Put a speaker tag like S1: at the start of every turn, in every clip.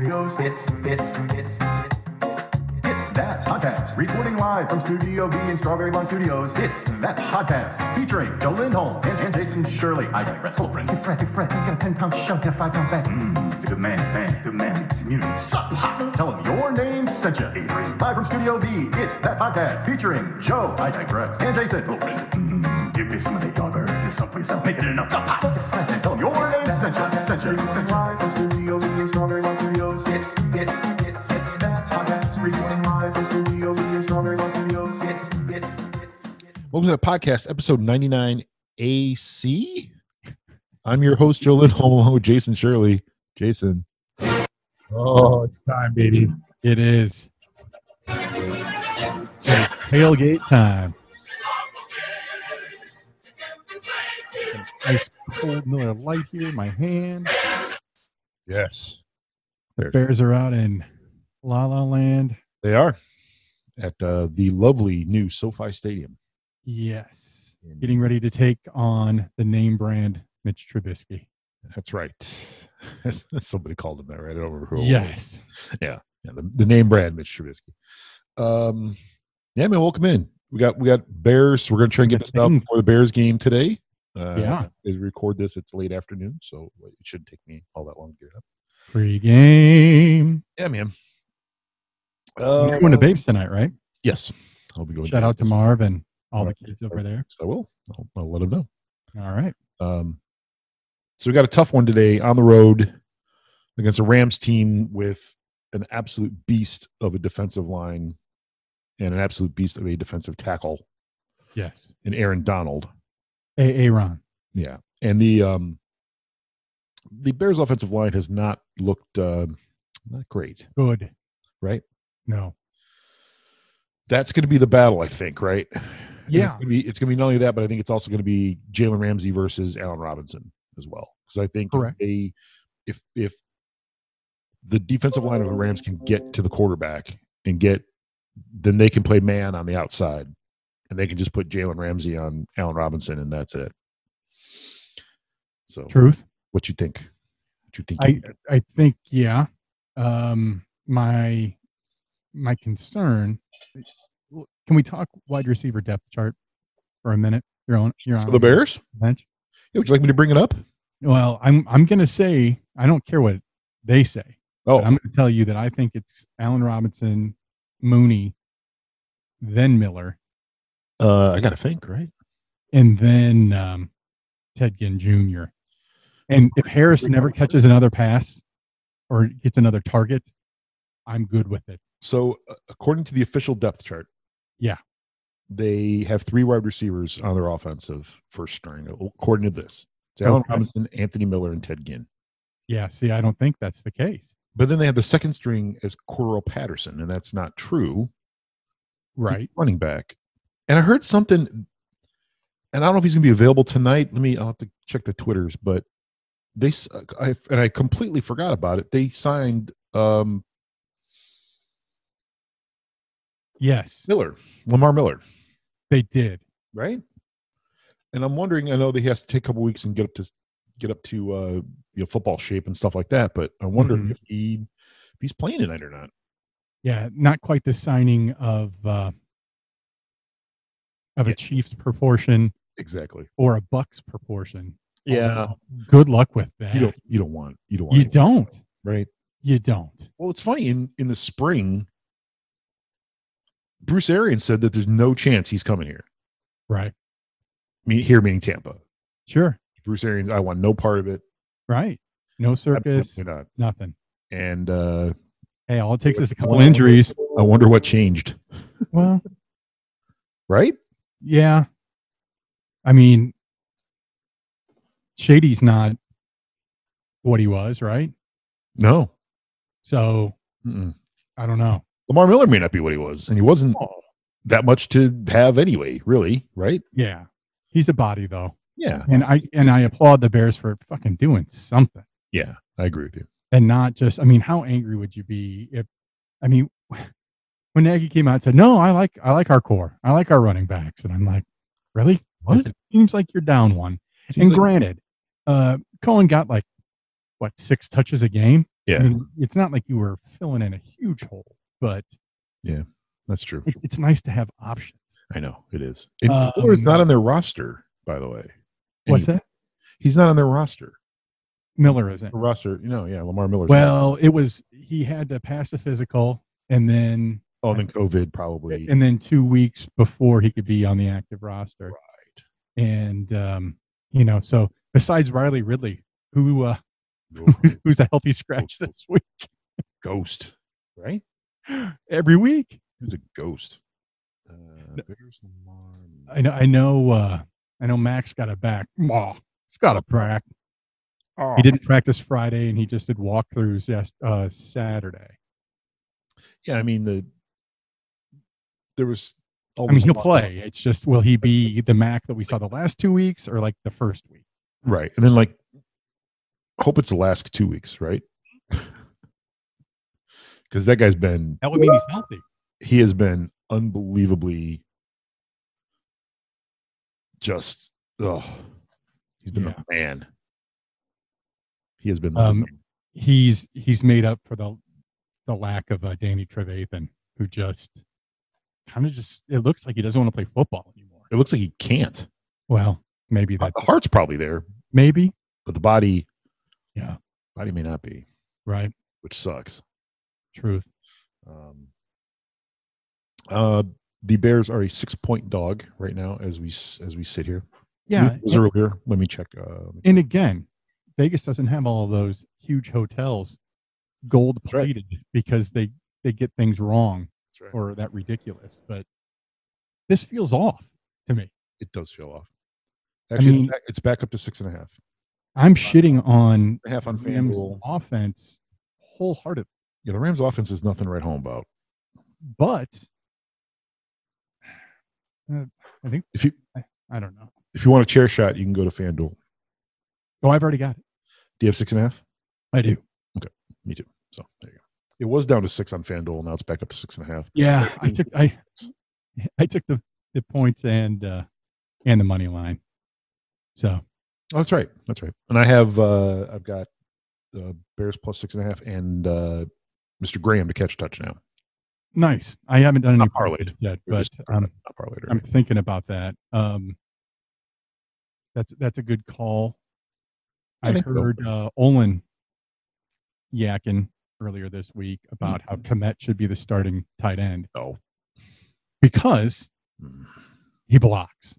S1: It's it's it's it's it's
S2: It's That Podcast, recording live from Studio B in Strawberry Lawn Studios. It's That Podcast, featuring Joe Lindholm and, and Jason Shirley. I digress. Hello, Brent. Hey, Fred, hey, Fred. You got a 10 pound shove, get a 5 pound back. Mmm, it's a good man, man, good man. Community. Sup, hot. Tell him your name sent you. A3. Live from Studio B, it's That Podcast, featuring Joe. I digress. And Jason. Oh, Brent. Mmm, give me some of that dogger. Just someplace else. Make it enough. Sup, hot. Hey, Fred, and Tell him your name sent you. Sent you. Live from Studio B in Strawberry Lawn Studios.
S1: it's it's it's it's
S2: It's That Podcast, recording live from Studio B in Strawberry Lawn Studios.
S1: it's it's it's
S3: Welcome to the podcast, episode 99 AC. I'm your host, Joe Lindholm, along with Jason Shirley. Jason,
S4: Oh, it's time, baby.
S5: It is. Tailgate time. Nice cold Miller Light here in my hand.
S3: yes,
S5: Bears are out in La La Land.
S3: they are at uh, the lovely new SoFi Stadium.
S5: Yes. Getting ready to take on the name brand Mitch Trubisky.
S3: That's right. Somebody called him that, right? I don't remember who. it was.
S5: Yes.
S3: Yeah, the, the name brand, Mitch Trubisky. Um, yeah, man, welcome in. We got we got Bears. We're gonna try and get this out
S5: Thanks.
S3: before the Bears game today. Uh,
S5: Yeah.
S3: they record this. It's late afternoon, so it shouldn't take me all that long to get it up.
S5: Pre game.
S3: Yeah, man.
S5: You're
S3: Uh,
S5: going to Babes tonight, right?
S3: Yes, I'll be going.
S5: Shout out to Marv and all the
S3: Right.
S5: kids over there.
S3: I will. I'll, I'll let him know.
S5: All right.
S3: Um, so we got a tough one today on the road against a Rams team with an absolute beast of a defensive line and an absolute beast of a defensive tackle
S5: Yes.
S3: in Aaron Donald.
S5: A. Aaron.
S3: Yeah, and the um, the Bears' offensive line has not looked uh, not great.
S5: Good.
S3: Right.
S5: No.
S3: That's going to be the battle, I think. Right. And
S5: Yeah.
S3: It's going, to be, it's going to be not only that, but I think it's also going to be Jalen Ramsey versus Allen Robinson as well. Because I think if
S5: Correct.
S3: they, if if the defensive line of the Rams can get to the quarterback and get, then they can play man on the outside, and they can just put Jalen Ramsey on Allen Robinson, and that's it. So,
S5: Truth.
S3: what you think? What you think?
S5: I think yeah. Um, my my concern. Can we talk wide receiver depth chart for a minute? You're on. You're
S3: For
S5: on
S3: the Bears?
S5: bench.
S3: Yeah, would you like me to bring it up?
S5: Well, I'm I'm gonna say I don't care what they say.
S3: Oh,
S5: but I'm gonna tell you that I think it's Allen Robinson, Mooney, then Miller,
S3: uh, I got to think, right?
S5: and then um, Ted Ginn Jr. And if Harris never catches another pass or gets another target, I'm good with it.
S3: So, uh, according to the official depth chart,
S5: Yeah.
S3: they have three wide receivers on their offensive first string. According to this, it's Allen
S5: Okay.
S3: Robinson, Anthony Miller, and Ted Ginn.
S5: Yeah, see, I don't think that's the case.
S3: But then they have the second string as Cordell Patterson, and that's not true.
S5: Right.
S3: running back. And I heard something, and I don't know if he's going to be available tonight. Let me, I'll have to check the Twitters, but they, s- uh, I, and I completely forgot about it. They signed um,
S5: Yes,
S3: Miller, Lamar Miller,
S5: they did.
S3: right? And I'm wondering, I know that he has to take a couple weeks and get up to, get up to, uh, you know, football shape and stuff like that, but I wonder
S5: Mhm.
S3: if he, if he's playing tonight or not.
S5: Yeah, not quite the signing of uh, of
S3: Yeah.
S5: a Chiefs proportion
S3: Exactly.
S5: or a Bucks proportion.
S3: Yeah.
S5: Although, Good luck with that.
S3: You don't, you don't want, you don't want,
S5: You
S3: anyone,
S5: don't.
S3: right?
S5: You don't.
S3: Well, it's funny in in the spring, Bruce Arians said that there's no chance he's coming here.
S5: Right.
S3: Me here meaning Tampa.
S5: Sure.
S3: Bruce Arians, I want no part of it.
S5: Right. No circus.
S3: Absolutely not.
S5: Nothing.
S3: And uh,
S5: Hey, all it takes is a couple
S3: Wow.
S5: injuries.
S3: I wonder what changed,
S5: Well,
S3: right?
S5: yeah. I mean, Shady's not what he was, right?
S3: No.
S5: So
S3: Mm-mm.
S5: I don't know.
S3: Lamar Miller may not be what he was, and he wasn't
S5: Oh.
S3: that much to have anyway, really, right?
S5: Yeah. He's a body though.
S3: Yeah.
S5: And I and I applaud the Bears for fucking doing something
S3: Yeah. I agree with you.
S5: and not just I mean, how angry would you be if I mean when Nagy came out and said, No, I like I like our core. I like our running backs. And I'm like, Really?
S3: What?
S5: It seems like you're down one.
S3: Seems
S5: and
S3: like-
S5: granted, uh Cohen got like what, six touches a game?
S3: Yeah.
S5: I mean, it's not like you were filling in a huge hole, but
S3: That's true.
S5: it, it's nice to have options.
S3: I know it is. And
S5: Um,
S3: Fuller's not on their roster, by the way.
S5: What's
S3: Any-
S5: that?
S3: He's not on their roster.
S5: Miller isn't.
S3: roster, you know, yeah, Lamar Miller.
S5: Well, it was he had to pass the physical, and then
S3: oh, then COVID probably.
S5: and then two weeks before he could be on the active roster. Right. And um, you know, so besides Riley Ridley, who uh, who's a healthy scratch this week
S3: ghost, right?
S5: every week.
S3: He was a ghost. Uh, Bears, Lamar,
S5: I know. I know. Uh, I know. Max got a back. Wow, he's got a back.
S3: Oh.
S5: He didn't practice Friday, and he just did walkthroughs yes, uh, Saturday.
S3: Yeah, I mean the there was. all
S5: I mean,
S3: this
S5: he'll
S3: talk-
S5: play. It's just will he be the Mac that we saw the last two weeks, or like the first week?
S3: right? And then like, hope it's the last two weeks, right? Because that guy's been
S5: That would mean he's healthy.
S3: he has been unbelievably just oh he's been
S5: Yeah.
S3: the man he has been the
S5: Um,
S3: man.
S5: He's he's made up for the the lack of uh, Danny Trevathan, who just kind of just it looks like he doesn't want to play football anymore.
S3: it looks like he can't
S5: Well, maybe
S3: the
S5: that
S3: heart's probably there
S5: maybe
S3: but the body
S5: Yeah.
S3: body may not be
S5: right
S3: which sucks
S5: truth.
S3: um uh the bears are a six point dog right now as we s- as we sit here
S5: Yeah,
S3: It was earlier let me check uh
S5: and again, Vegas doesn't have all of those huge hotels gold
S3: right.
S5: plated because they they get things wrong
S3: that's right.
S5: or that ridiculous. But this feels off to me.
S3: it does feel off actually it's
S5: mean-
S3: back- it's back up to six and a half
S5: I'm shitting on
S3: half on
S5: Rams
S3: FanDuel.
S5: offense wholeheartedly,
S3: Yeah, the Rams offense is nothing to write home about.
S5: but uh, I think
S3: If you
S5: I don't know.
S3: if you want a chair shot, you can go to FanDuel. Do
S5: Oh, I've already got it.
S3: you have six and a half?
S5: I do.
S3: Me too. So there you go. It was down to six on FanDuel. Now it's back up to six and a half.
S5: Yeah, I took I I took the the points and uh and the money line. So
S3: Oh, that's right. That's right. And I have uh I've got uh, Bears plus six and a half and uh Mr. Graham to catch a touchdown.
S5: Nice. I haven't done any
S3: Not parlayed.
S5: yet,
S3: We're
S5: but
S3: just-
S5: um,
S3: Not far later.
S5: I'm thinking about that. Um, that's that's a good call.
S3: I
S5: I,
S3: think so.
S5: heard uh, Olin yakking earlier this week about how
S3: Mm-hmm.
S5: Komet should be the starting tight end
S3: oh.
S5: because
S3: Mm.
S5: he blocks.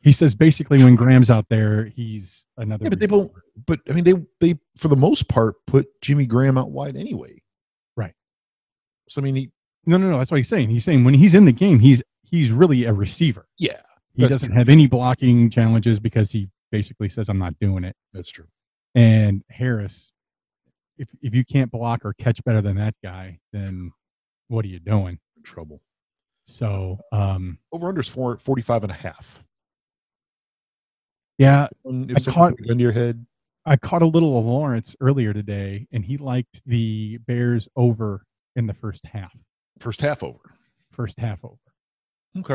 S5: He says basically when Graham's out there, he's another.
S3: Yeah, but they
S5: receiver.
S3: both but I mean they they for the most part put Jimmy Graham out wide anyway.
S5: Right.
S3: So I mean he
S5: no, no, no. That's what he's saying. He's saying when he's in the game, he's he's really a receiver.
S3: yeah,
S5: He
S3: That's
S5: doesn't have any blocking challenges because he basically says, "I'm not doing it."
S3: that's true.
S5: and Harris, if if you can't block or catch better than that guy, then what are you doing?
S3: Trouble.
S5: So um,
S3: Over under is four, 45 and a half.
S5: yeah,
S3: And
S5: I
S3: If
S5: caught-
S3: someone put a gun to your head,
S5: I caught a little of Lawrence earlier today, and he liked the Bears over in the first half.
S3: first half over.
S5: First half over.
S3: Okay.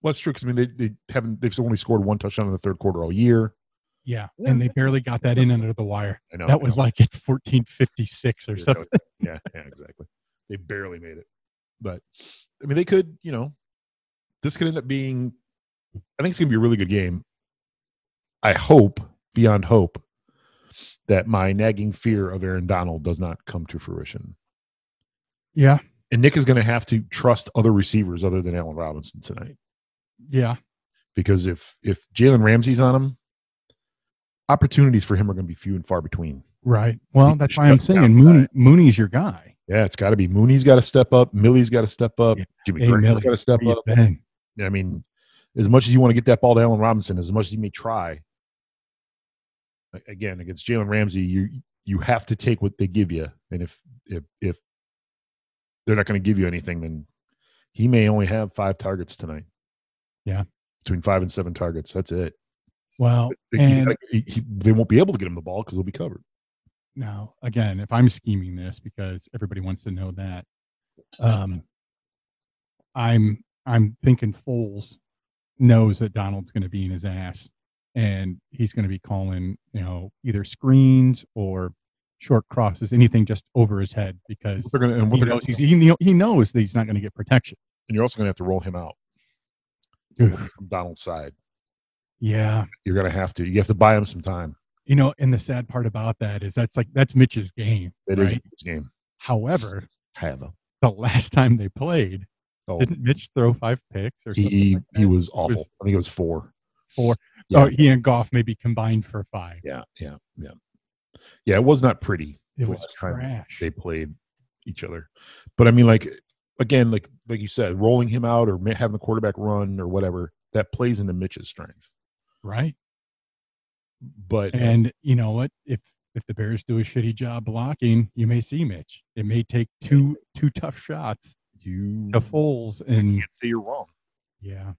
S3: Well, that's true because I mean they, they haven't they've only scored one touchdown in the third quarter all year.
S5: Yeah, and they barely got that in under the wire.
S3: I know
S5: That was like at fourteen fifty six or something.
S3: Yeah, yeah, exactly. They barely made it, but I mean they could. You know, this could end up being. I think it's going to be a really good game. I hope beyond hope that my nagging fear of Aaron Donald does not come to fruition.
S5: Yeah,
S3: And Nick is going to have to trust other receivers other than Allen Robinson tonight.
S5: yeah,
S3: because if if Jalen Ramsey's on him, opportunities for him are going to be few and far between.
S5: right. Well,
S3: He
S5: that's
S3: shut
S5: why I'm
S3: down
S5: saying
S3: the
S5: Mooney Mooney's your guy.
S3: Yeah, it's got to be Mooney's got to step up, Millie's got to step up,
S5: Yeah.
S3: Jimmy
S5: Hey,
S3: Graham's
S5: Millie,
S3: got to step
S5: Where you
S3: up.
S5: been?
S3: I mean, as much as you want to get that ball to Allen Robinson, as much as you may try, a- again against Jalen Ramsey, you you have to take what they give you, and if if if they're not going to give you anything, then he may only have five targets tonight.
S5: Yeah.
S3: between five and seven targets. That's it.
S5: Well,
S3: They, you
S5: and
S3: gotta- he- he- they won't be able to get him the ball because they'll be covered.
S5: Now, again, if I'm scheming this because everybody wants to know that, um, I'm I'm thinking Foles knows that Donald's going to be in his ass, and he's going to be calling, you know, either screens or short crosses, anything just over his head because
S3: They're gonna, and, what
S5: he
S3: they're gonna,
S5: knows, he's, he, kno- he knows that he's not going to get protection.
S3: and you're also going to have to roll him out
S5: Oof.
S3: from Donald's side.
S5: Yeah,
S3: You're going to have to. You have to buy him some time.
S5: you know, and the sad part about that is that's like that's Mitch's game.
S3: It is
S5: right?
S3: his game.
S5: However,
S3: However,
S5: the last time they played,
S3: oh,
S5: didn't Mitch throw five picks or something
S3: he
S5: like
S3: he
S5: that?
S3: was awful.
S5: was-
S3: I think it was four. yeah.
S5: Oh, he and Goff maybe combined for five.
S3: Yeah, yeah, yeah, yeah. It was not pretty.
S5: It
S3: the
S5: was
S3: last time
S5: trash.
S3: they played each other. But I mean, like again, like like you said, rolling him out or ma- having the quarterback run or whatever that plays into Mitch's strengths.
S5: right.
S3: But
S5: And you know what? If if the Bears do a shitty job blocking, you may see Mitch. It may take two two tough shots
S3: you
S5: to Foles, and
S3: can't say you're wrong.
S5: yeah,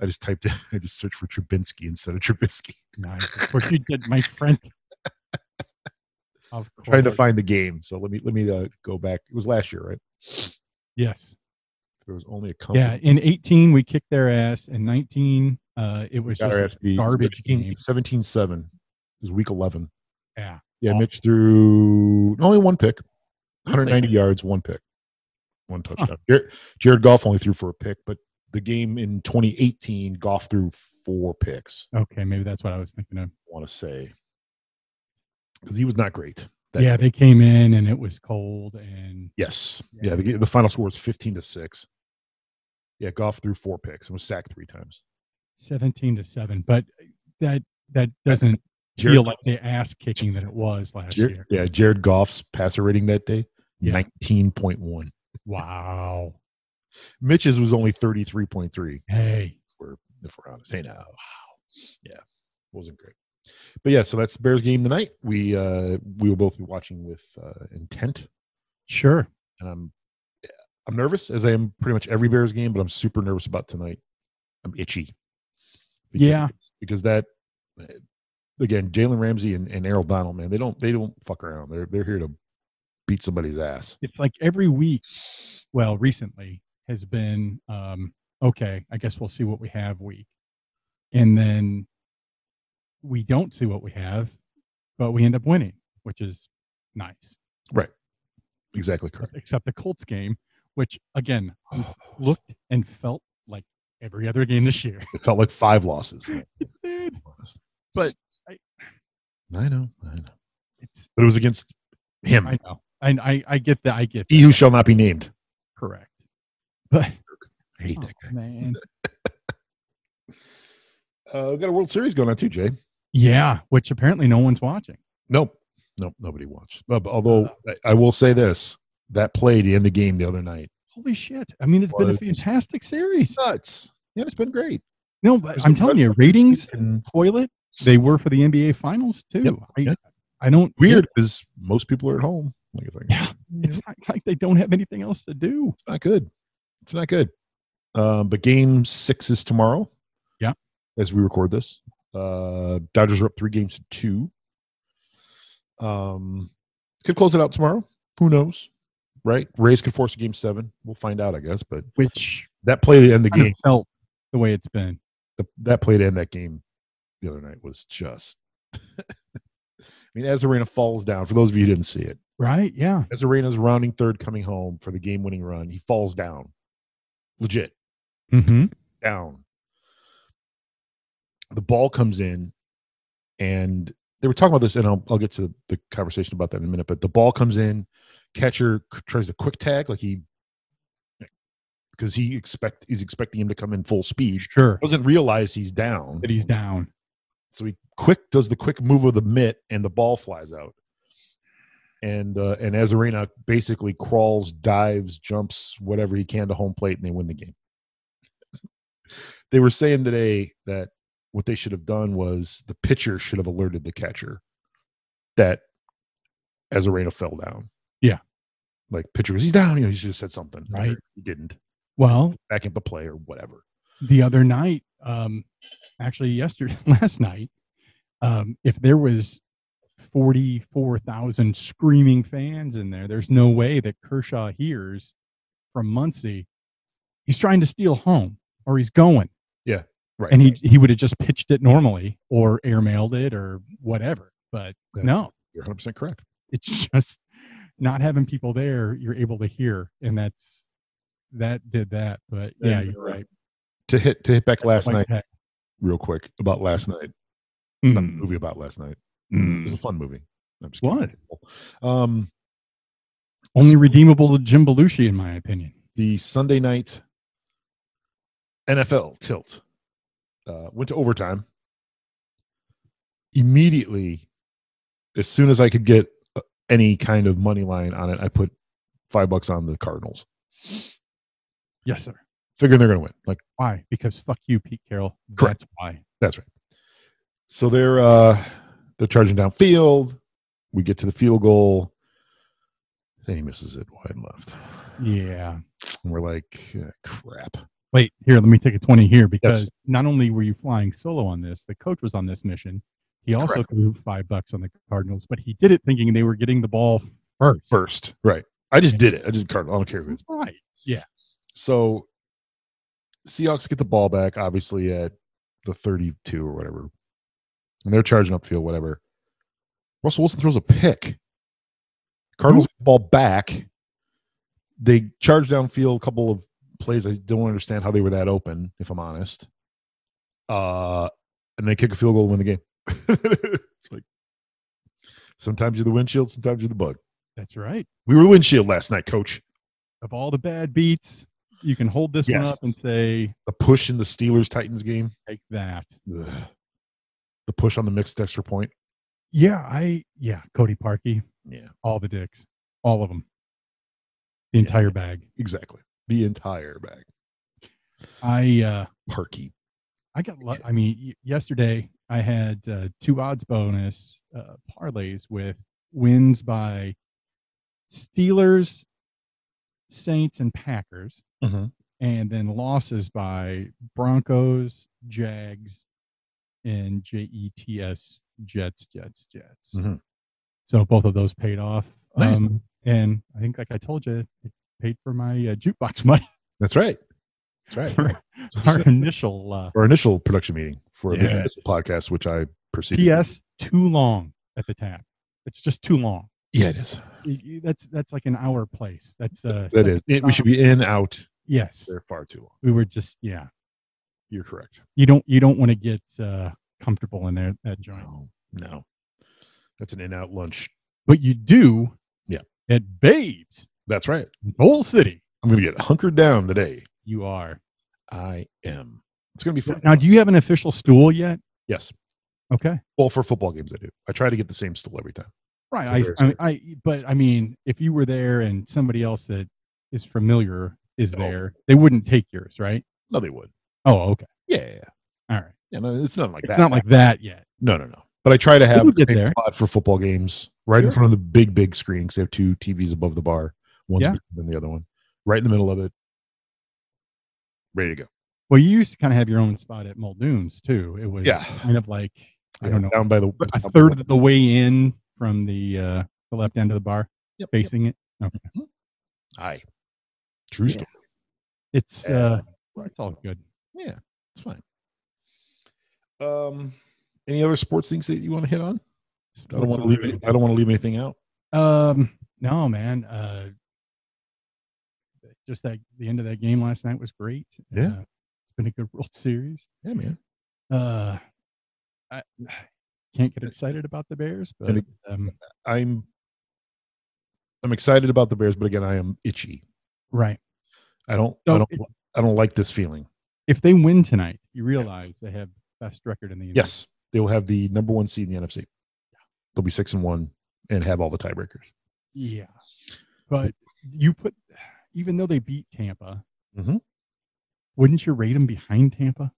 S3: I just typed in, I just searched for Trubinsky instead of Trubisky.
S5: nice. Of course, you did, my friend. Of course,
S3: Trying to find the game. So let me let me uh, go back. It was last year, right?
S5: yes,
S3: There was only a company.
S5: yeah. In eighteen, we kicked their ass. In nineteen, uh, it was
S3: Got
S5: just
S3: our ass beat.
S5: garbage
S3: 17
S5: game.
S3: 17-7 is week 11.
S5: yeah.
S3: Yeah,
S5: Awful.
S3: Mitch threw only one pick, 190 yards, one pick, one touchdown. Jared, Jared Goff only threw for a pick, but the game in 2018, Goff threw four picks.
S5: Okay, maybe that's what I was thinking of.
S3: I want to say because he was not great. that
S5: Yeah,
S3: day.
S5: they came in and it was cold, and
S3: yes, yeah.
S5: Yeah.
S3: the, the final score was 15 to six. Yeah, Goff threw four picks and was sacked three times.
S5: 17 to 7 but that that doesn't
S3: Jared-
S5: feel like the ass kicking that it was last
S3: Jared-
S5: year
S3: yeah, Jared Goff's passer rating that day,
S5: Yeah.
S3: 19.1.
S5: wow
S3: Mitch's was only 33.3.
S5: hey
S3: we're if we're honest. Hey now, wow, yeah, wasn't great. But yeah, so that's the Bears game tonight. We uh we will both be watching with uh, intent,
S5: sure
S3: and I'm I'm nervous as I am pretty much every Bears game, but I'm super nervous about tonight. I'm itchy. Because-
S5: Yeah.
S3: because that uh, again, Jalen Ramsey and, and Errol Donald, man, they don't they don't fuck around. They're they're here to beat somebody's ass.
S5: it's like every week well recently has been um okay i guess we'll see what we have week and then we don't see what we have but we end up winning which is nice
S3: Exactly correct.
S5: except the colts game which again looked and felt like every other game this year
S3: It felt like five losses.
S5: Dude,
S3: But I,
S5: I-
S3: know, I know.
S5: it's
S3: But it was against him.
S5: I know. I, I, I get that. I get
S3: He who shall not be named.
S5: correct. But
S3: I hate
S5: oh,
S3: that guy.
S5: man,
S3: Uh, we got a World Series going on too, Jay.
S5: yeah, which apparently no one's watching.
S3: Nope. Nope. Nobody watched. But, although I, I will say this that play to end the game the other night.
S5: Holy shit! I mean, it's been a
S3: Was-
S5: fantastic series.
S3: Nuts. Yeah, it's been great.
S5: No, but
S3: was
S5: I'm
S3: a
S5: telling
S3: good-
S5: you, ratings
S3: And
S5: toilet. They were for the NBA Finals too.
S3: Yep,
S5: I,
S3: yeah.
S5: I don't
S3: weird because most people are at home. Like it's like,
S5: Yeah,
S3: it's
S5: It's not like they don't have anything else to do.
S3: not good. It's not good. Um, but game six is tomorrow.
S5: Yeah.
S3: As we record this, uh, Dodgers are up three games to two. Um, could close it out tomorrow. Who knows? Right? Rays could force a game seven. We'll find out, I guess. But
S5: Which
S3: that play to end the
S5: kind
S3: game,
S5: of felt the way it's been.
S3: the, that play to end that game the other night was just. I mean, Azarena falls down. For those of you who didn't see it,
S5: Right? Yeah.
S3: Azarena's rounding third, coming home for the game-winning run. He falls down, legit
S5: Mm-hmm.
S3: down. The ball comes in, and they were talking about this, and I'll, I'll get to the conversation about that in a minute. But the ball comes in, catcher c- tries to quick tag, like he, because he expect he's expecting him to come in full speed.
S5: Sure.
S3: Doesn't realize he's down,
S5: That he's down.
S3: so he quick does the quick move of the mitt, and the ball flies out. And uh, and Azarena basically crawls, dives, jumps, whatever he can to home plate, and they win the game. they were saying today that what they should have done was the pitcher should have alerted the catcher that Azarena fell down.
S5: Yeah.
S3: like pitcher goes, he's down. You know, he should have said something.
S5: Right.
S3: he didn't.
S5: Well,
S3: Back up the play or whatever.
S5: the other night um actually yesterday last night um if there was 44,000 screaming fans in there there's no way that Kershaw hears from Muncie he's trying to steal home or he's going
S3: Right.
S5: and he he would have just pitched it normally or airmailed it or whatever but
S3: That's-
S5: no
S3: you're 100 percent correct.
S5: It's just not having people there. You're able to hear, and that's that did that. But yeah,
S3: And,
S5: you're
S3: uh,
S5: right.
S3: To hit to hit back last night
S5: Mike Peck.
S3: real quick about last night. Not the mm, movie about last night. It was a fun movie. I'm just kidding. Um,
S5: Only redeemable to Jim Belushi, in my opinion.
S3: the Sunday night NFL tilt uh, went to overtime. Immediately, as soon as I could get uh, any kind of money line on it, I put five bucks on the Cardinals,
S5: Yes, sir.
S3: figuring they're going to win. Like
S5: Why? Because fuck you, Pete Carroll.
S3: Correct.
S5: That's why.
S3: That's right. So they're uh they're charging downfield. We get to the field goal, and he misses it wide left.
S5: Yeah.
S3: And we're like, "Ah, crap.
S5: Wait, here, let me take a 20 here because not only were you flying solo on this, the coach was on this mission. He also
S3: Correct.
S5: threw five bucks on the Cardinals, but he did it thinking they were getting the ball first.
S3: First, right? I just did it. I just cardinal. I don't care who it's.
S5: Right.
S3: So Seahawks get the ball back, obviously at the 32 or whatever, and they're charging upfield, whatever. Russell Wilson throws a pick. Cardinals get the ball back. They charge downfield a couple of plays. I don't understand how they were that open, if I'm honest. Uh, and they kick a field goal to win the game. it's like sometimes you're the windshield, sometimes you're the bug.
S5: That's right.
S3: We were the windshield last night, coach.
S5: Of all the bad beats, you can hold this one
S3: Yes.
S5: up and say,
S3: The push in the Steelers Titans game.
S5: take that.
S3: Ugh. the push on the mixed extra point.
S5: Yeah, I, yeah, Cody Parkey,
S3: Yeah,
S5: all the dicks, all of them, the
S3: Yeah.
S5: entire bag.
S3: exactly. The entire bag,
S5: I, uh,
S3: Parky.
S5: I got. lu- I mean, y- yesterday I had uh, two odds bonus uh, parlays with wins by Steelers, Saints, and Packers,
S3: Mhm.
S5: and then losses by Broncos, Jags, and Jets, Jets, Jets, Jets.
S3: Mhm.
S5: So both of those paid off.
S3: Nice.
S5: Um, and I think, like I told you, it paid for my uh, jukebox money
S3: That's right. That's right.
S5: for our initial uh,
S3: Our initial production meeting for the
S5: Yes.
S3: initial podcast, which I perceived.
S5: P.S. Too long at the tap. It's just too long.
S3: Yeah, it is.
S5: Y- y- That's that's like an hour place. That's uh,
S3: That is. It- we should be in out.
S5: yes.
S3: They're far too long.
S5: We were just yeah.
S3: You're correct.
S5: You don't you don't want to get uh, comfortable in there that joint,
S3: No, no. That's an in out lunch.
S5: but you do.
S3: Yeah.
S5: At Babes,
S3: That's right.
S5: in Bowl City,
S3: I'm going to get hunkered down today.
S5: you are.
S3: I am. It's going to be fun.
S5: Now, do you have an official stool yet?
S3: Yes.
S5: Okay.
S3: Well, for football games, I do. I try to get the same stool every time.
S5: Right.
S3: Sure,
S5: I, I, I, but I mean, if you were there and somebody else that is familiar is
S3: No.
S5: there, they wouldn't take yours, right?
S3: No, they would.
S5: Oh, okay.
S3: Yeah, yeah, yeah.
S5: All right.
S3: Yeah, no, it's nothing like that.
S5: It's not like that yet.
S3: No, no, no. But I try to have
S5: We'll
S3: a
S5: get
S3: big
S5: there.
S3: spot for football games right in
S5: Sure.
S3: front of the big, big screen because they have two TVs above the bar. One's
S5: Yeah.
S3: bigger than the other one. Right in the middle of it. Ready to go.
S5: Well, you used to kind of have your own spot at Muldoon's too. It was
S3: Yeah.
S5: kind of like I don't know
S3: Down by the
S5: a third of the way in from the uh, the left end of the bar,
S3: Yep, yep.
S5: facing it.
S3: Aye. True
S5: Yeah.
S3: story.
S5: It's
S3: Yeah.
S5: uh, it's all good.
S3: Yeah, it's fine. Um, any other sports things that you want to hit on? I don't want to leave. Any, I don't want to leave anything out.
S5: Um, no, man. Uh, just that the end of that game last night was great.
S3: Yeah.
S5: Uh, it's been a good World Series.
S3: Yeah, man.
S5: Uh, I can't get excited about the Bears, but
S3: And
S5: um,
S3: I'm. I'm excited about the Bears, but again, I am itchy.
S5: right.
S3: I don't. I
S5: So
S3: don't.
S5: Oh, it-
S3: I don't like this feeling.
S5: If they win tonight, you realize they have best record in the United
S3: Yes, they will have the number one seed in the NFC. They'll be six and one and have all the tiebreakers.
S5: Yeah. But you put, even though they beat Tampa,
S3: Mhm.
S5: wouldn't you rate them behind Tampa?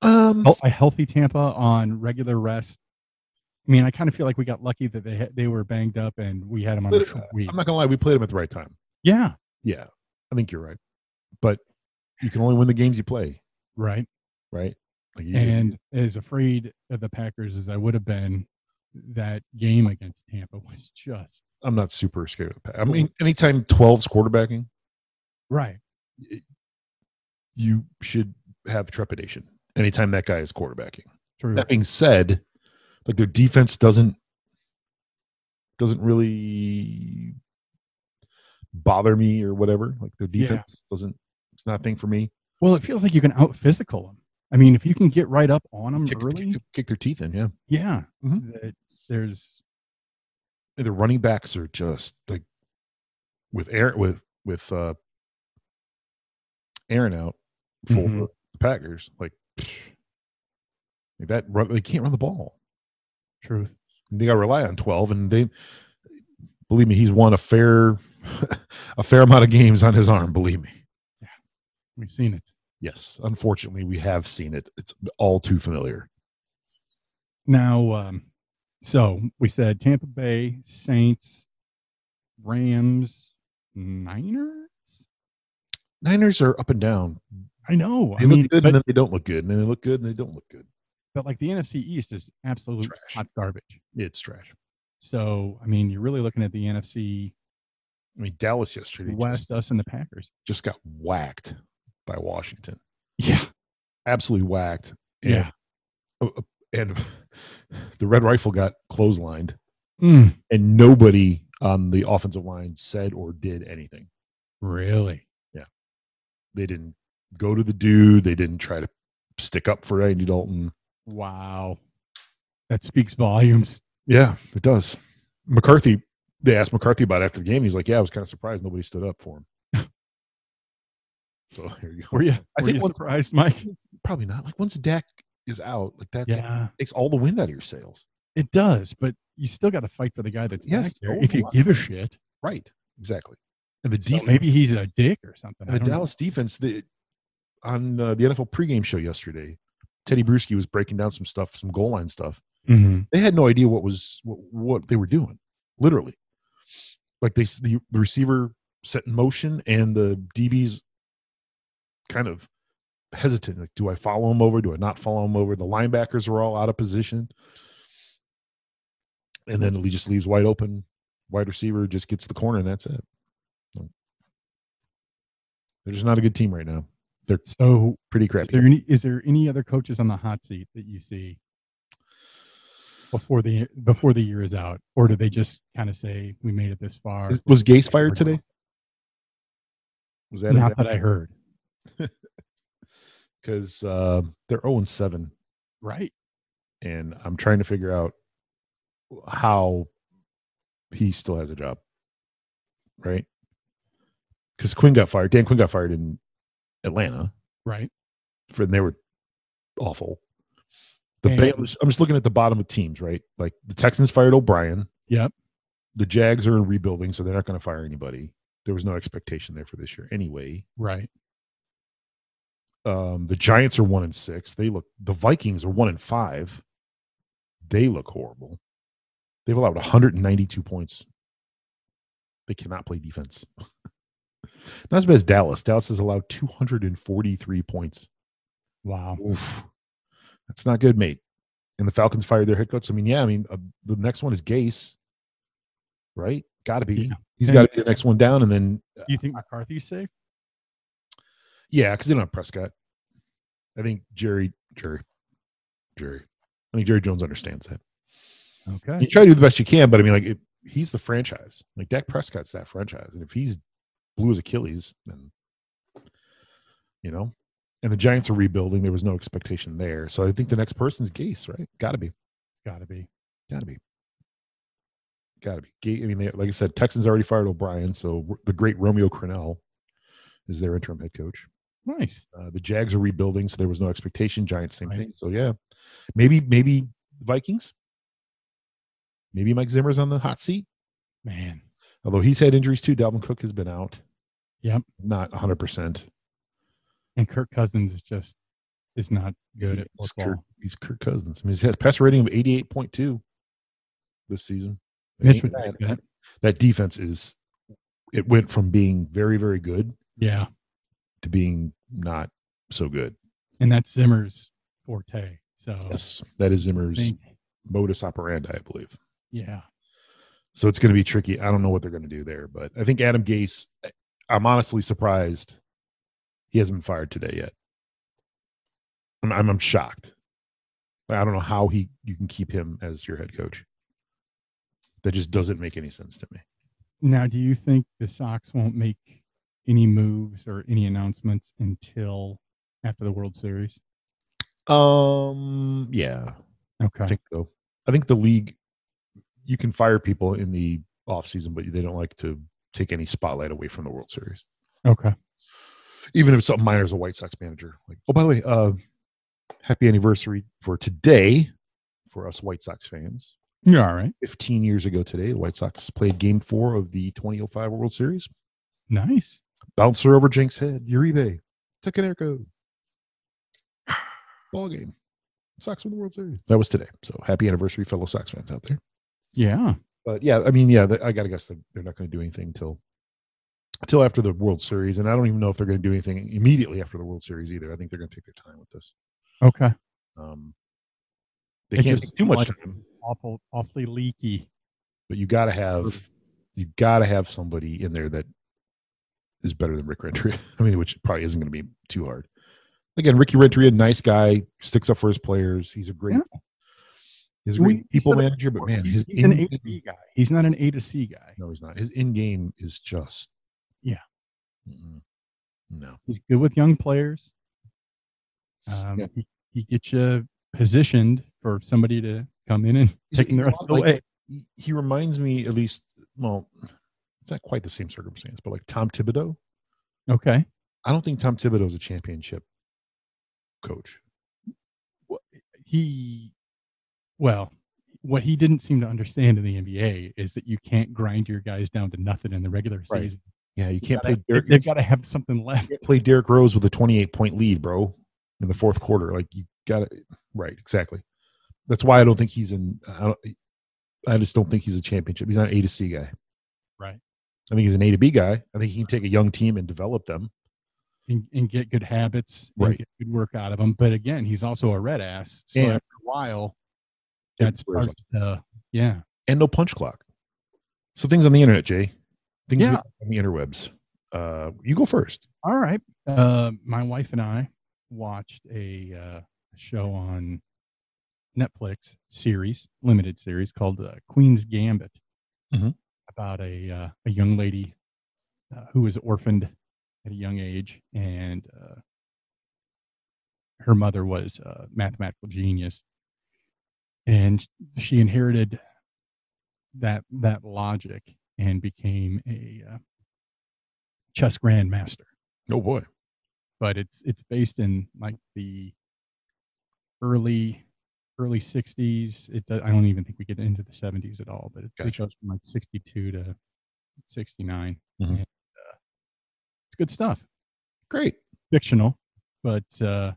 S3: Um,
S5: Oh, A healthy Tampa on regular rest. I mean, I kind of feel like we got lucky that they had, they were banged up and we had them on a
S3: But,
S5: short week.
S3: I'm not gonna lie, we played them at the right time.
S5: yeah,
S3: Yeah, I think you're right, but you can only win the games you play,
S5: right.
S3: right? Like you-
S5: And as afraid of the Packers as I would have been, that game against Tampa was just
S3: I'm not super scared of. the Pa- I mean, anytime 12's quarterbacking,
S5: right.
S3: you should have trepidation. Anytime that guy is
S5: Hmm.
S3: quarterbacking.
S5: True.
S3: That being said, like their defense doesn't doesn't really bother me or whatever. Like their
S5: Yeah.
S3: defense doesn't. It's not a thing for me.
S5: Well, it feels like you can out physical them. I mean, if you can get right up on them
S3: Kick,
S5: early,
S3: kick, kick their teeth in. Yeah.
S5: yeah,
S3: Mhm.
S5: that there's
S3: And the running backs are just like with Aaron with with uh Aaron out for
S5: Mhm.
S3: the Packers. Like, like that run, they can't run the ball.
S5: truth.
S3: they got to rely on 12 and they believe me he's won a fair a fair amount of games on his arm believe me
S5: We've seen it
S3: yes unfortunately we have seen it it's all too familiar
S5: now. Um, so we said Tampa Bay Saints, Rams, Niners.
S3: niners are up and down
S5: I know.
S3: they
S5: I
S3: look
S5: mean,
S3: good
S5: but,
S3: and then they don't look good and then they look good and they don't look good
S5: but like the NFC East is absolute
S3: Trash.
S5: hot garbage.
S3: it's trash
S5: So I mean, you're really looking at the NFC
S3: i mean dallas yesterday just,
S5: West, us and the Packers.
S3: just got whacked by washington
S5: Yeah,
S3: absolutely whacked and,
S5: yeah.
S3: uh, uh, and the red rifle got clotheslined
S5: Mm,
S3: and nobody on the offensive line said or did anything
S5: really?
S3: they didn't go to the dude. They didn't try to stick up for Andy Dalton.
S5: Wow, that speaks volumes.
S3: Yeah, it does. McCarthy, they asked McCarthy about it after the game. He's like, "Yeah, I was kind of surprised nobody stood up for him." so here you go.
S5: Were you?
S3: I
S5: were
S3: think
S5: you
S3: one-
S5: surprised, Mike.
S3: Probably not. Like once Dak is out, like that's
S5: Yeah,
S3: takes all the wind out of your sails.
S5: it does. But you still got to fight for the guy that's
S3: Yes,
S5: back there.
S3: oh,
S5: If you
S3: wow.
S5: give a shit,
S3: Right. Exactly. And the
S5: So
S3: defense,
S5: maybe he's a dick or something.
S3: and
S5: I
S3: the
S5: don't know.
S3: Dallas defense, the on uh, the NFL pregame show yesterday, Teddy Bruschi was breaking down some stuff, some goal line stuff.
S5: Mhm.
S3: they had no idea what was what, what they were doing literally like they s- the, the receiver set in motion and the db's kind of hesitant like do i follow him over do i not follow him over the linebackers are all out of position and then he just leaves wide open wide receiver just gets the corner and that's it So, they're just not a good team right now
S5: So
S3: pretty
S5: Is
S3: crappy
S5: there any is there any other coaches on the hot seat that you see before the before the year is out, or do they just kind of say we made it this far?
S3: Is- was gase fired today was that
S5: Not that I heard.
S3: because uh, they're 0 and 7
S5: Right.
S3: and I'm trying to figure out how he still has a job, right? Because Quinn got fired. Dan Quinn got fired in Atlanta,
S5: Right.
S3: for and they were awful. The
S5: And-
S3: Ba- I'm, just, I'm just looking at the bottom of teams, right? Like the Texans fired O'Brien.
S5: Yep.
S3: The Jags are in rebuilding, so they're not going to fire anybody. There was no expectation there for this year, anyway.
S5: Right.
S3: Um, the Giants are one and six. They look. The Vikings are one and five. They look horrible. They've allowed 192 points. They cannot play defense. Not as bad as Dallas. Dallas has allowed 243 points.
S5: Wow.
S3: Oof. That's not good, mate. And the Falcons fired their head coach. I mean, yeah, I mean, uh, the next one is Gase, right? Got to be.
S5: Yeah.
S3: He's
S5: And-
S3: got to be the next one down. And then, uh,
S5: Do you think McCarthy's safe?
S3: yeah, because they don't have Prescott. I think Jerry, Jerry, Jerry. I think Jerry Jones understands that.
S5: Okay.
S3: You try to do the best you can, but I mean, like, it, he's the franchise. Like, Dak Prescott's that franchise. And if he's blew his Achilles, then, you know, and the Giants are rebuilding. There was no expectation there. So I think the next person's Gase, right? Got to be.
S5: It's got to be.
S3: Gotta be. Gotta be. Ga- I mean, they, like I said, Texans already fired O'Brien, so r- the great Romeo Crennel is their interim head coach.
S5: Nice.
S3: Uh, the Jags are rebuilding, so there was no expectation. Giants, same
S5: Right.
S3: thing. So yeah, maybe maybe Vikings. Maybe Mike Zimmer's on the hot seat,
S5: Man.
S3: although he's had injuries too. Dalvin Cook has been out.
S5: Yep.
S3: Not 100. percent
S5: And Kirk Cousins is just is not good at
S3: He's
S5: football.
S3: Kirk, he's Kirk Cousins. I mean, he has passer rating of 88.2 this season. It
S5: Mitch
S3: ain't
S5: would
S3: bad.
S5: like that.
S3: that defense is it went from being very very good
S5: Yeah.
S3: to being not so good
S5: And that's Zimmer's forte. So
S3: yes that is
S5: I
S3: zimmer's
S5: think-
S3: modus operandi i believe
S5: yeah.
S3: so it's going to be tricky i don't know what they're going to do there but i think adam gase i'm honestly surprised he hasn't been fired today yet i'm, I'm, I'm shocked i don't know how he you can keep him as your head coach That just doesn't make any sense to me.
S5: Now, do you think the Sox won't make any moves or any announcements until after the World Series?
S3: Um, yeah, I
S5: Okay.
S3: think so. I think the league, you can fire people in the off season, but they don't like to take any spotlight away from the World Series,
S5: Okay.
S3: even if it's something minor as a White Sox manager. Like, oh, by the way, uh, happy anniversary for today for us White Sox fans.
S5: You're all right.
S3: 15 years ago today, the White Sox played game four of the 2005 World Series.
S5: Nice.
S3: Bouncer over Jenks' head, Uribe, Tecanerco. Ball game. Sox win the World Series. That was today. So happy anniversary, fellow Sox fans out there.
S5: Yeah.
S3: But yeah, I mean, yeah, th- I gotta guess that they're not going to do anything until until after the World Series, and I don't even know if they're going to do anything immediately after the World Series either. I think they're going to take their time with this.
S5: Okay.
S3: Um, they
S5: It
S3: can't
S5: just
S3: take too much
S5: seemed like-
S3: time,
S5: Awful, awfully leaky.
S3: but you got to have you got to have somebody in there that is better than Rick Renteria. I mean, which probably isn't going to be too hard. Again, Ricky Renteria, nice guy, sticks up for his players. He's a great, he's a
S5: We-
S3: great
S5: we
S3: people
S5: said it
S3: manager, but man, his
S5: he's an A
S3: in-
S5: to B guy. He's not an A to C guy.
S3: No, he's not. His in game is just.
S5: Yeah.
S3: Mm-mm. No.
S5: He's good with young players. Um,
S3: Yeah.
S5: he, he gets you positioned for somebody to come in and
S3: He's-
S5: take the
S3: he's not
S5: rest of the
S3: like-
S5: way.
S3: He- He reminds me, at least, well, it's not quite the same circumstance, but like Tom Thibodeau.
S5: Okay.
S3: I don't think Tom Thibodeau is a championship coach.
S5: He, well, what he didn't seem to understand in the NBA is that you can't grind your guys down to nothing in the regular
S3: Right.
S5: season.
S3: Yeah, you can't
S5: Gotta-
S3: play Derek.
S5: They've got to have something left.
S3: can't play Derrick Rose with a 28 point lead, bro, in the fourth quarter. Like you got to right, exactly. That's why I don't think he's in. I, don't, I just don't think he's a championship. He's not an A to C guy.
S5: Right.
S3: I think he's an A to B guy. I think he can take a young team and develop them.
S5: and, and get good habits and
S3: Right.
S5: get good work out of them. But again, he's also a red ass. So
S3: And-
S5: after a while,
S3: And-
S5: that starts to, yeah.
S3: and no punch clock. So things on the internet, Jay. Things
S5: Yeah.
S3: on the interwebs. Uh, you go first.
S5: All right. Uh, my wife and I watched a uh, show on Netflix series, limited series called uh, Queen's Gambit,
S3: Mhm.
S5: about a uh, a young lady uh, who was orphaned at a young age, and uh, her mother was a mathematical genius, and she inherited that that logic and became a uh, chess grandmaster
S3: No Oh, boy.
S5: but it's it's based in like the early early 60s it do- i don't even think we get into the 70s at all but it, it
S3: Gotcha.
S5: goes from like 62 to 69
S3: Mhm.
S5: and, uh, it's good stuff
S3: Great.
S5: fictional but uh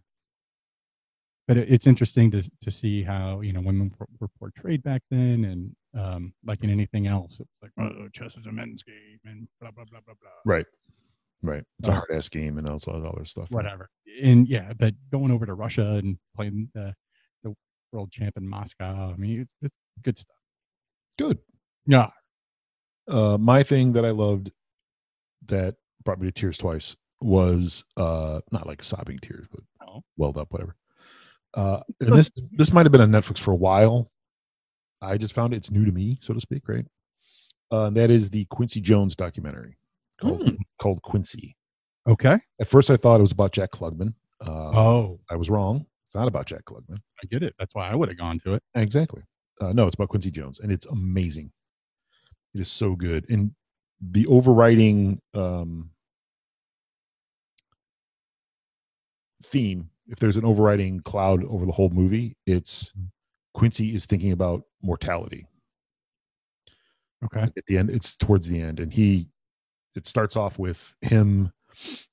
S5: but it, it's interesting to to see how you know women were, were portrayed back then and um like in anything else it's like oh chess is a men's game and blah blah blah blah blah
S3: Right. Right. It's a
S5: Uh,
S3: hard ass game and all all that other stuff.
S5: whatever. And yeah, but going over to Russia and playing the, the world champ in Moscow, I mean, it, it's good stuff.
S3: Good.
S5: Yeah.
S3: uh, my thing that I loved that brought me to tears twice was uh, not like sobbing tears, but
S5: Oh.
S3: welled up, whatever. Uh, and this this might have been on Netflix for a while. I just found it's new to me, so to speak, right? Uh, that is the Quincy Jones documentary called,
S5: Hmm.
S3: called Quincy.
S5: Okay.
S3: At first, I thought it was about Jack Klugman. Uh,
S5: Oh,
S3: I was wrong. It's not about Jack Klugman.
S5: I get it. That's why I would have gone to it.
S3: Exactly. Uh, no, it's about Quincy Jones, and it's amazing. It is so good, and the overriding um, theme, if there's an overriding cloud over the whole movie, it's Quincy is thinking about mortality.
S5: Okay.
S3: At the end, it's towards the end, and he it starts off with him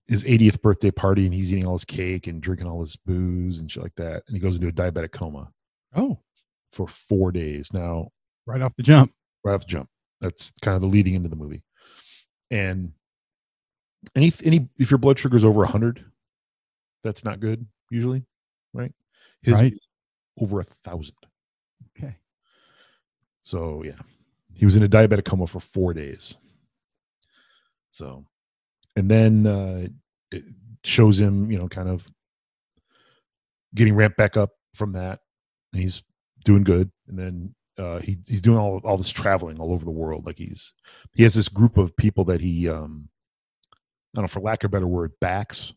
S3: his 80th birthday party, and he's eating all his cake and drinking all his booze and shit like that, and he goes into a diabetic coma
S5: Oh,
S3: for four days. Now,
S5: right off the jump.
S3: right off the jump. That's kind of the leading into the movie. And any any if your blood sugar is over hundred, that's not good usually, right? His
S5: Right.
S3: over a thousand.
S5: Okay.
S3: So yeah, he was in a diabetic coma for four days. So, and then uh, it shows him, you know, kind of getting ramped back up from that, and he's doing good. And then uh, he he's doing all all this traveling all over the world. Like he's he has this group of people that he um, I don't know for lack of a better word backs.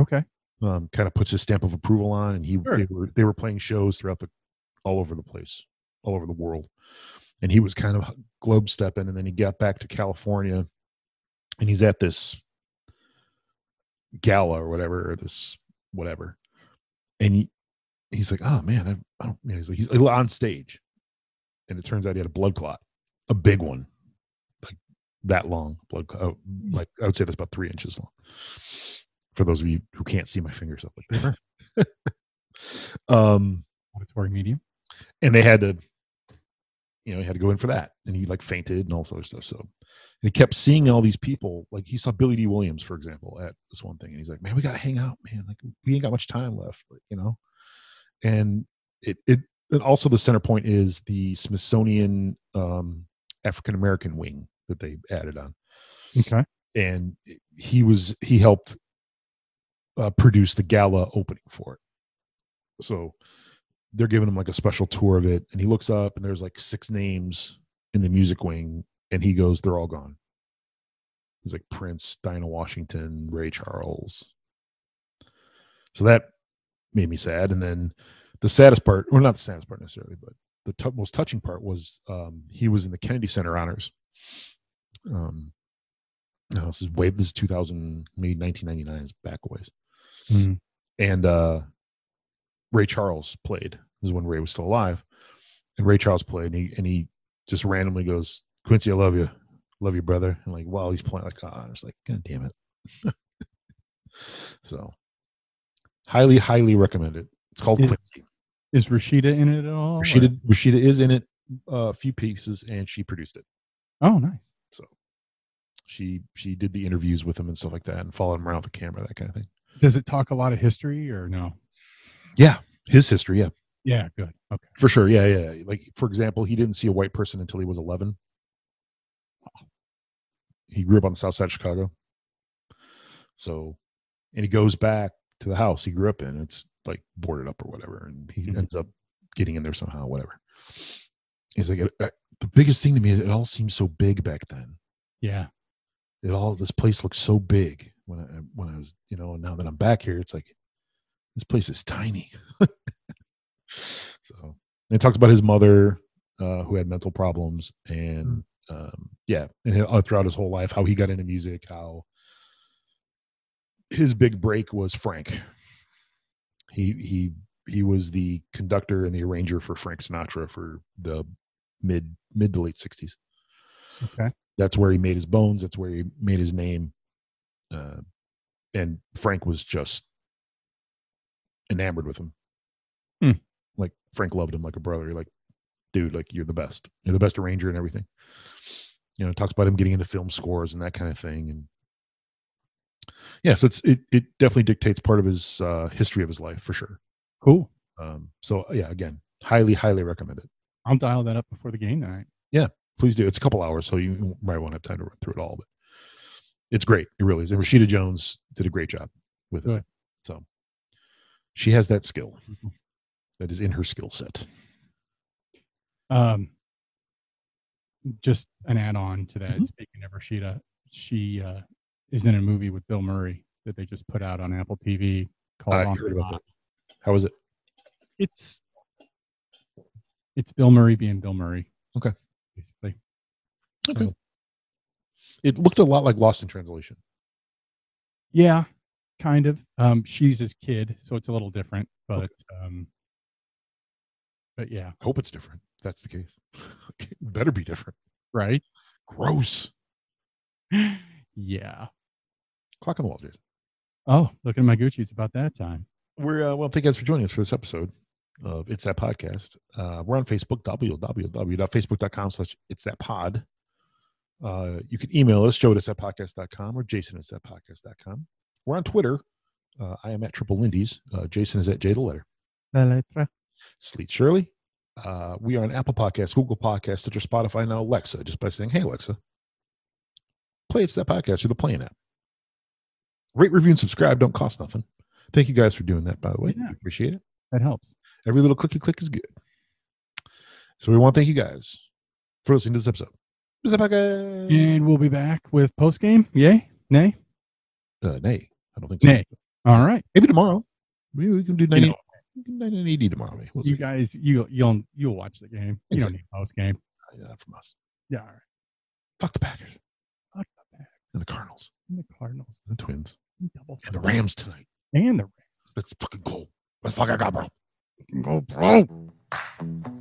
S5: Okay.
S3: Um, kind of puts his stamp of approval on, and he
S5: Sure.
S3: they were they were playing shows throughout the all over the place, all over the world, and he was kind of globe stepping, and then he got back to California, and he's at this gala or whatever, or this whatever, and he, he's like, oh man, I, I don't, you know, he's like, he's on stage, and it turns out he had a blood clot, a big one, like that long blood clot, oh, like I would say that's about three inches long. For those of you who can't see my fingers up like that. um,
S5: Auditory medium.
S3: and they had to you know he had to go in for that and he like fainted and all sorts of stuff so and he kept seeing all these people like he saw billy d williams for example at this one thing and he's like man we gotta hang out man like we ain't got much time left like, you know and it it and also the center point is the smithsonian um african american wing that they added on
S5: Okay.
S3: and he was he helped uh, produce the gala opening for it. So they're giving him like a special tour of it, and he looks up and there's like six names in the music wing, and he goes, "They're all gone." He's like Prince, Dinah Washington, Ray Charles. So that made me sad, and then the saddest part, or not the saddest part necessarily, but the tou- most touching part was um, he was in the Kennedy Center honors. Um, no, this is way this is 2000, maybe 1999 is back a ways.
S5: Mm.
S3: And uh, Ray Charles played. This is when Ray was still alive, and Ray Charles played, and he and he just randomly goes, "Quincy, I love you, love you, brother." And like while he's playing, like ah, I was like, "God damn it!" so, highly, highly recommend it. It's called
S5: Did-
S3: Quincy.
S5: Is Rashida in it at all? or-
S3: Rashida, Rashida is in it uh, a few pieces, and she produced it.
S5: Oh, nice.
S3: So she she did the interviews with him and stuff like that, and followed him around with the camera, that kind of thing.
S5: Does it talk a lot of history or no?
S3: Yeah, his history, yeah,
S5: Yeah. Good. Okay.
S3: for sure, yeah, yeah. yeah. Like for example, he didn't see a white person until he was eleven. He grew up on the south side of Chicago, so and he goes back to the house he grew up in. It's like boarded up or whatever, and he
S5: Mhm.
S3: ends up getting in there somehow, whatever. He's like, "It- uh, the biggest thing to me is it all seemed so big back then.
S5: Yeah.
S3: it all this place looks so big when I when I was you know and now that I'm back here it's like this place is tiny. so and it talks about his mother uh, who had mental problems and um, yeah and uh, throughout his whole life how he got into music how his big break was Frank. He he he was the conductor and the arranger for Frank Sinatra for the mid mid to late sixties
S5: Okay.
S3: that's where he made his bones that's where he made his name uh, and frank was just enamored with him
S5: Hmm.
S3: like frank loved him like a brother like dude like you're the best you're the best arranger and everything you know it talks about him getting into film scores and that kind of thing and yeah so it's it, it definitely dictates part of his uh, history of his life for sure
S5: Cool.
S3: um, so yeah again highly highly recommend it
S5: I'll dial that up before the game tonight.
S3: please do. It's a couple hours, so you might won't have time to run through it all, but it's great. It really is. And Rashida Jones did a great job with it.
S5: Good.
S3: So she has that skill that is in her skill set.
S5: Um, just an add-on to that.
S3: Mm-hmm.
S5: Speaking of Rashida, she uh, is in a movie with Bill Murray that they just put out on Apple TV called
S3: I
S5: On
S3: heard
S5: the
S3: about
S5: Rocks.
S3: How is it?
S5: It's it's Bill Murray being Bill Murray.
S3: Okay.
S5: Basically,
S3: Okay. It looked a lot like Lost in Translation.
S5: yeah, kind of. Um, she's his kid, so it's a little different, but um, but yeah,
S3: I hope it's different. If that's the case. It better be different.
S5: right?
S3: Gross.
S5: yeah.
S3: Clock on the wall, Jason.
S5: Oh, look at my Gucci's about that time.
S3: We're uh, well. Thank you guys for joining us for this episode of It's That Podcast. Uh, we're on Facebook www.facebook.com slash It's That Pod. Uh, you can email us Joe at It's That Podcast.com or Jason at It's That Podcast.com. We're on Twitter. Uh, I am at Triple Lindy's. Uh, Jason is at J the letter. Sleet Shirley. Uh, we are on Apple Podcasts, Google Podcasts, such as Spotify now Alexa. Just by saying, "Hey Alexa, play it's that podcast." You're the playing app. Rate, review, and subscribe. Don't cost nothing. Thank you guys for doing that. By the way,
S5: Yeah.
S3: appreciate it.
S5: That helps.
S3: Every little clicky click is good. So we want to thank you guys for listening to this episode. This is the podcast.
S5: And we'll be back with post game. Yay? Nay?
S3: Uh, nay, I don't think so.
S5: Nay. All right.
S3: Maybe tomorrow. Maybe we can do 90,
S5: know.
S3: 99 tomorrow. Maybe. We'll
S5: You
S3: see.
S5: guys, you you'll you'll watch the game. You don't
S3: Exactly.
S5: need post game.
S3: Yeah, from us.
S5: Yeah. All right.
S3: Fuck the Packers
S5: Fuck the Packers
S3: and the Cardinals
S5: and the Cardinals.
S3: and the Twins
S5: Double
S3: and the
S5: fucking-
S3: Rams tonight.
S5: And the
S3: Let's fucking go. Let's fucking go, bro.
S5: Rams. Go, bro.
S2: Bye.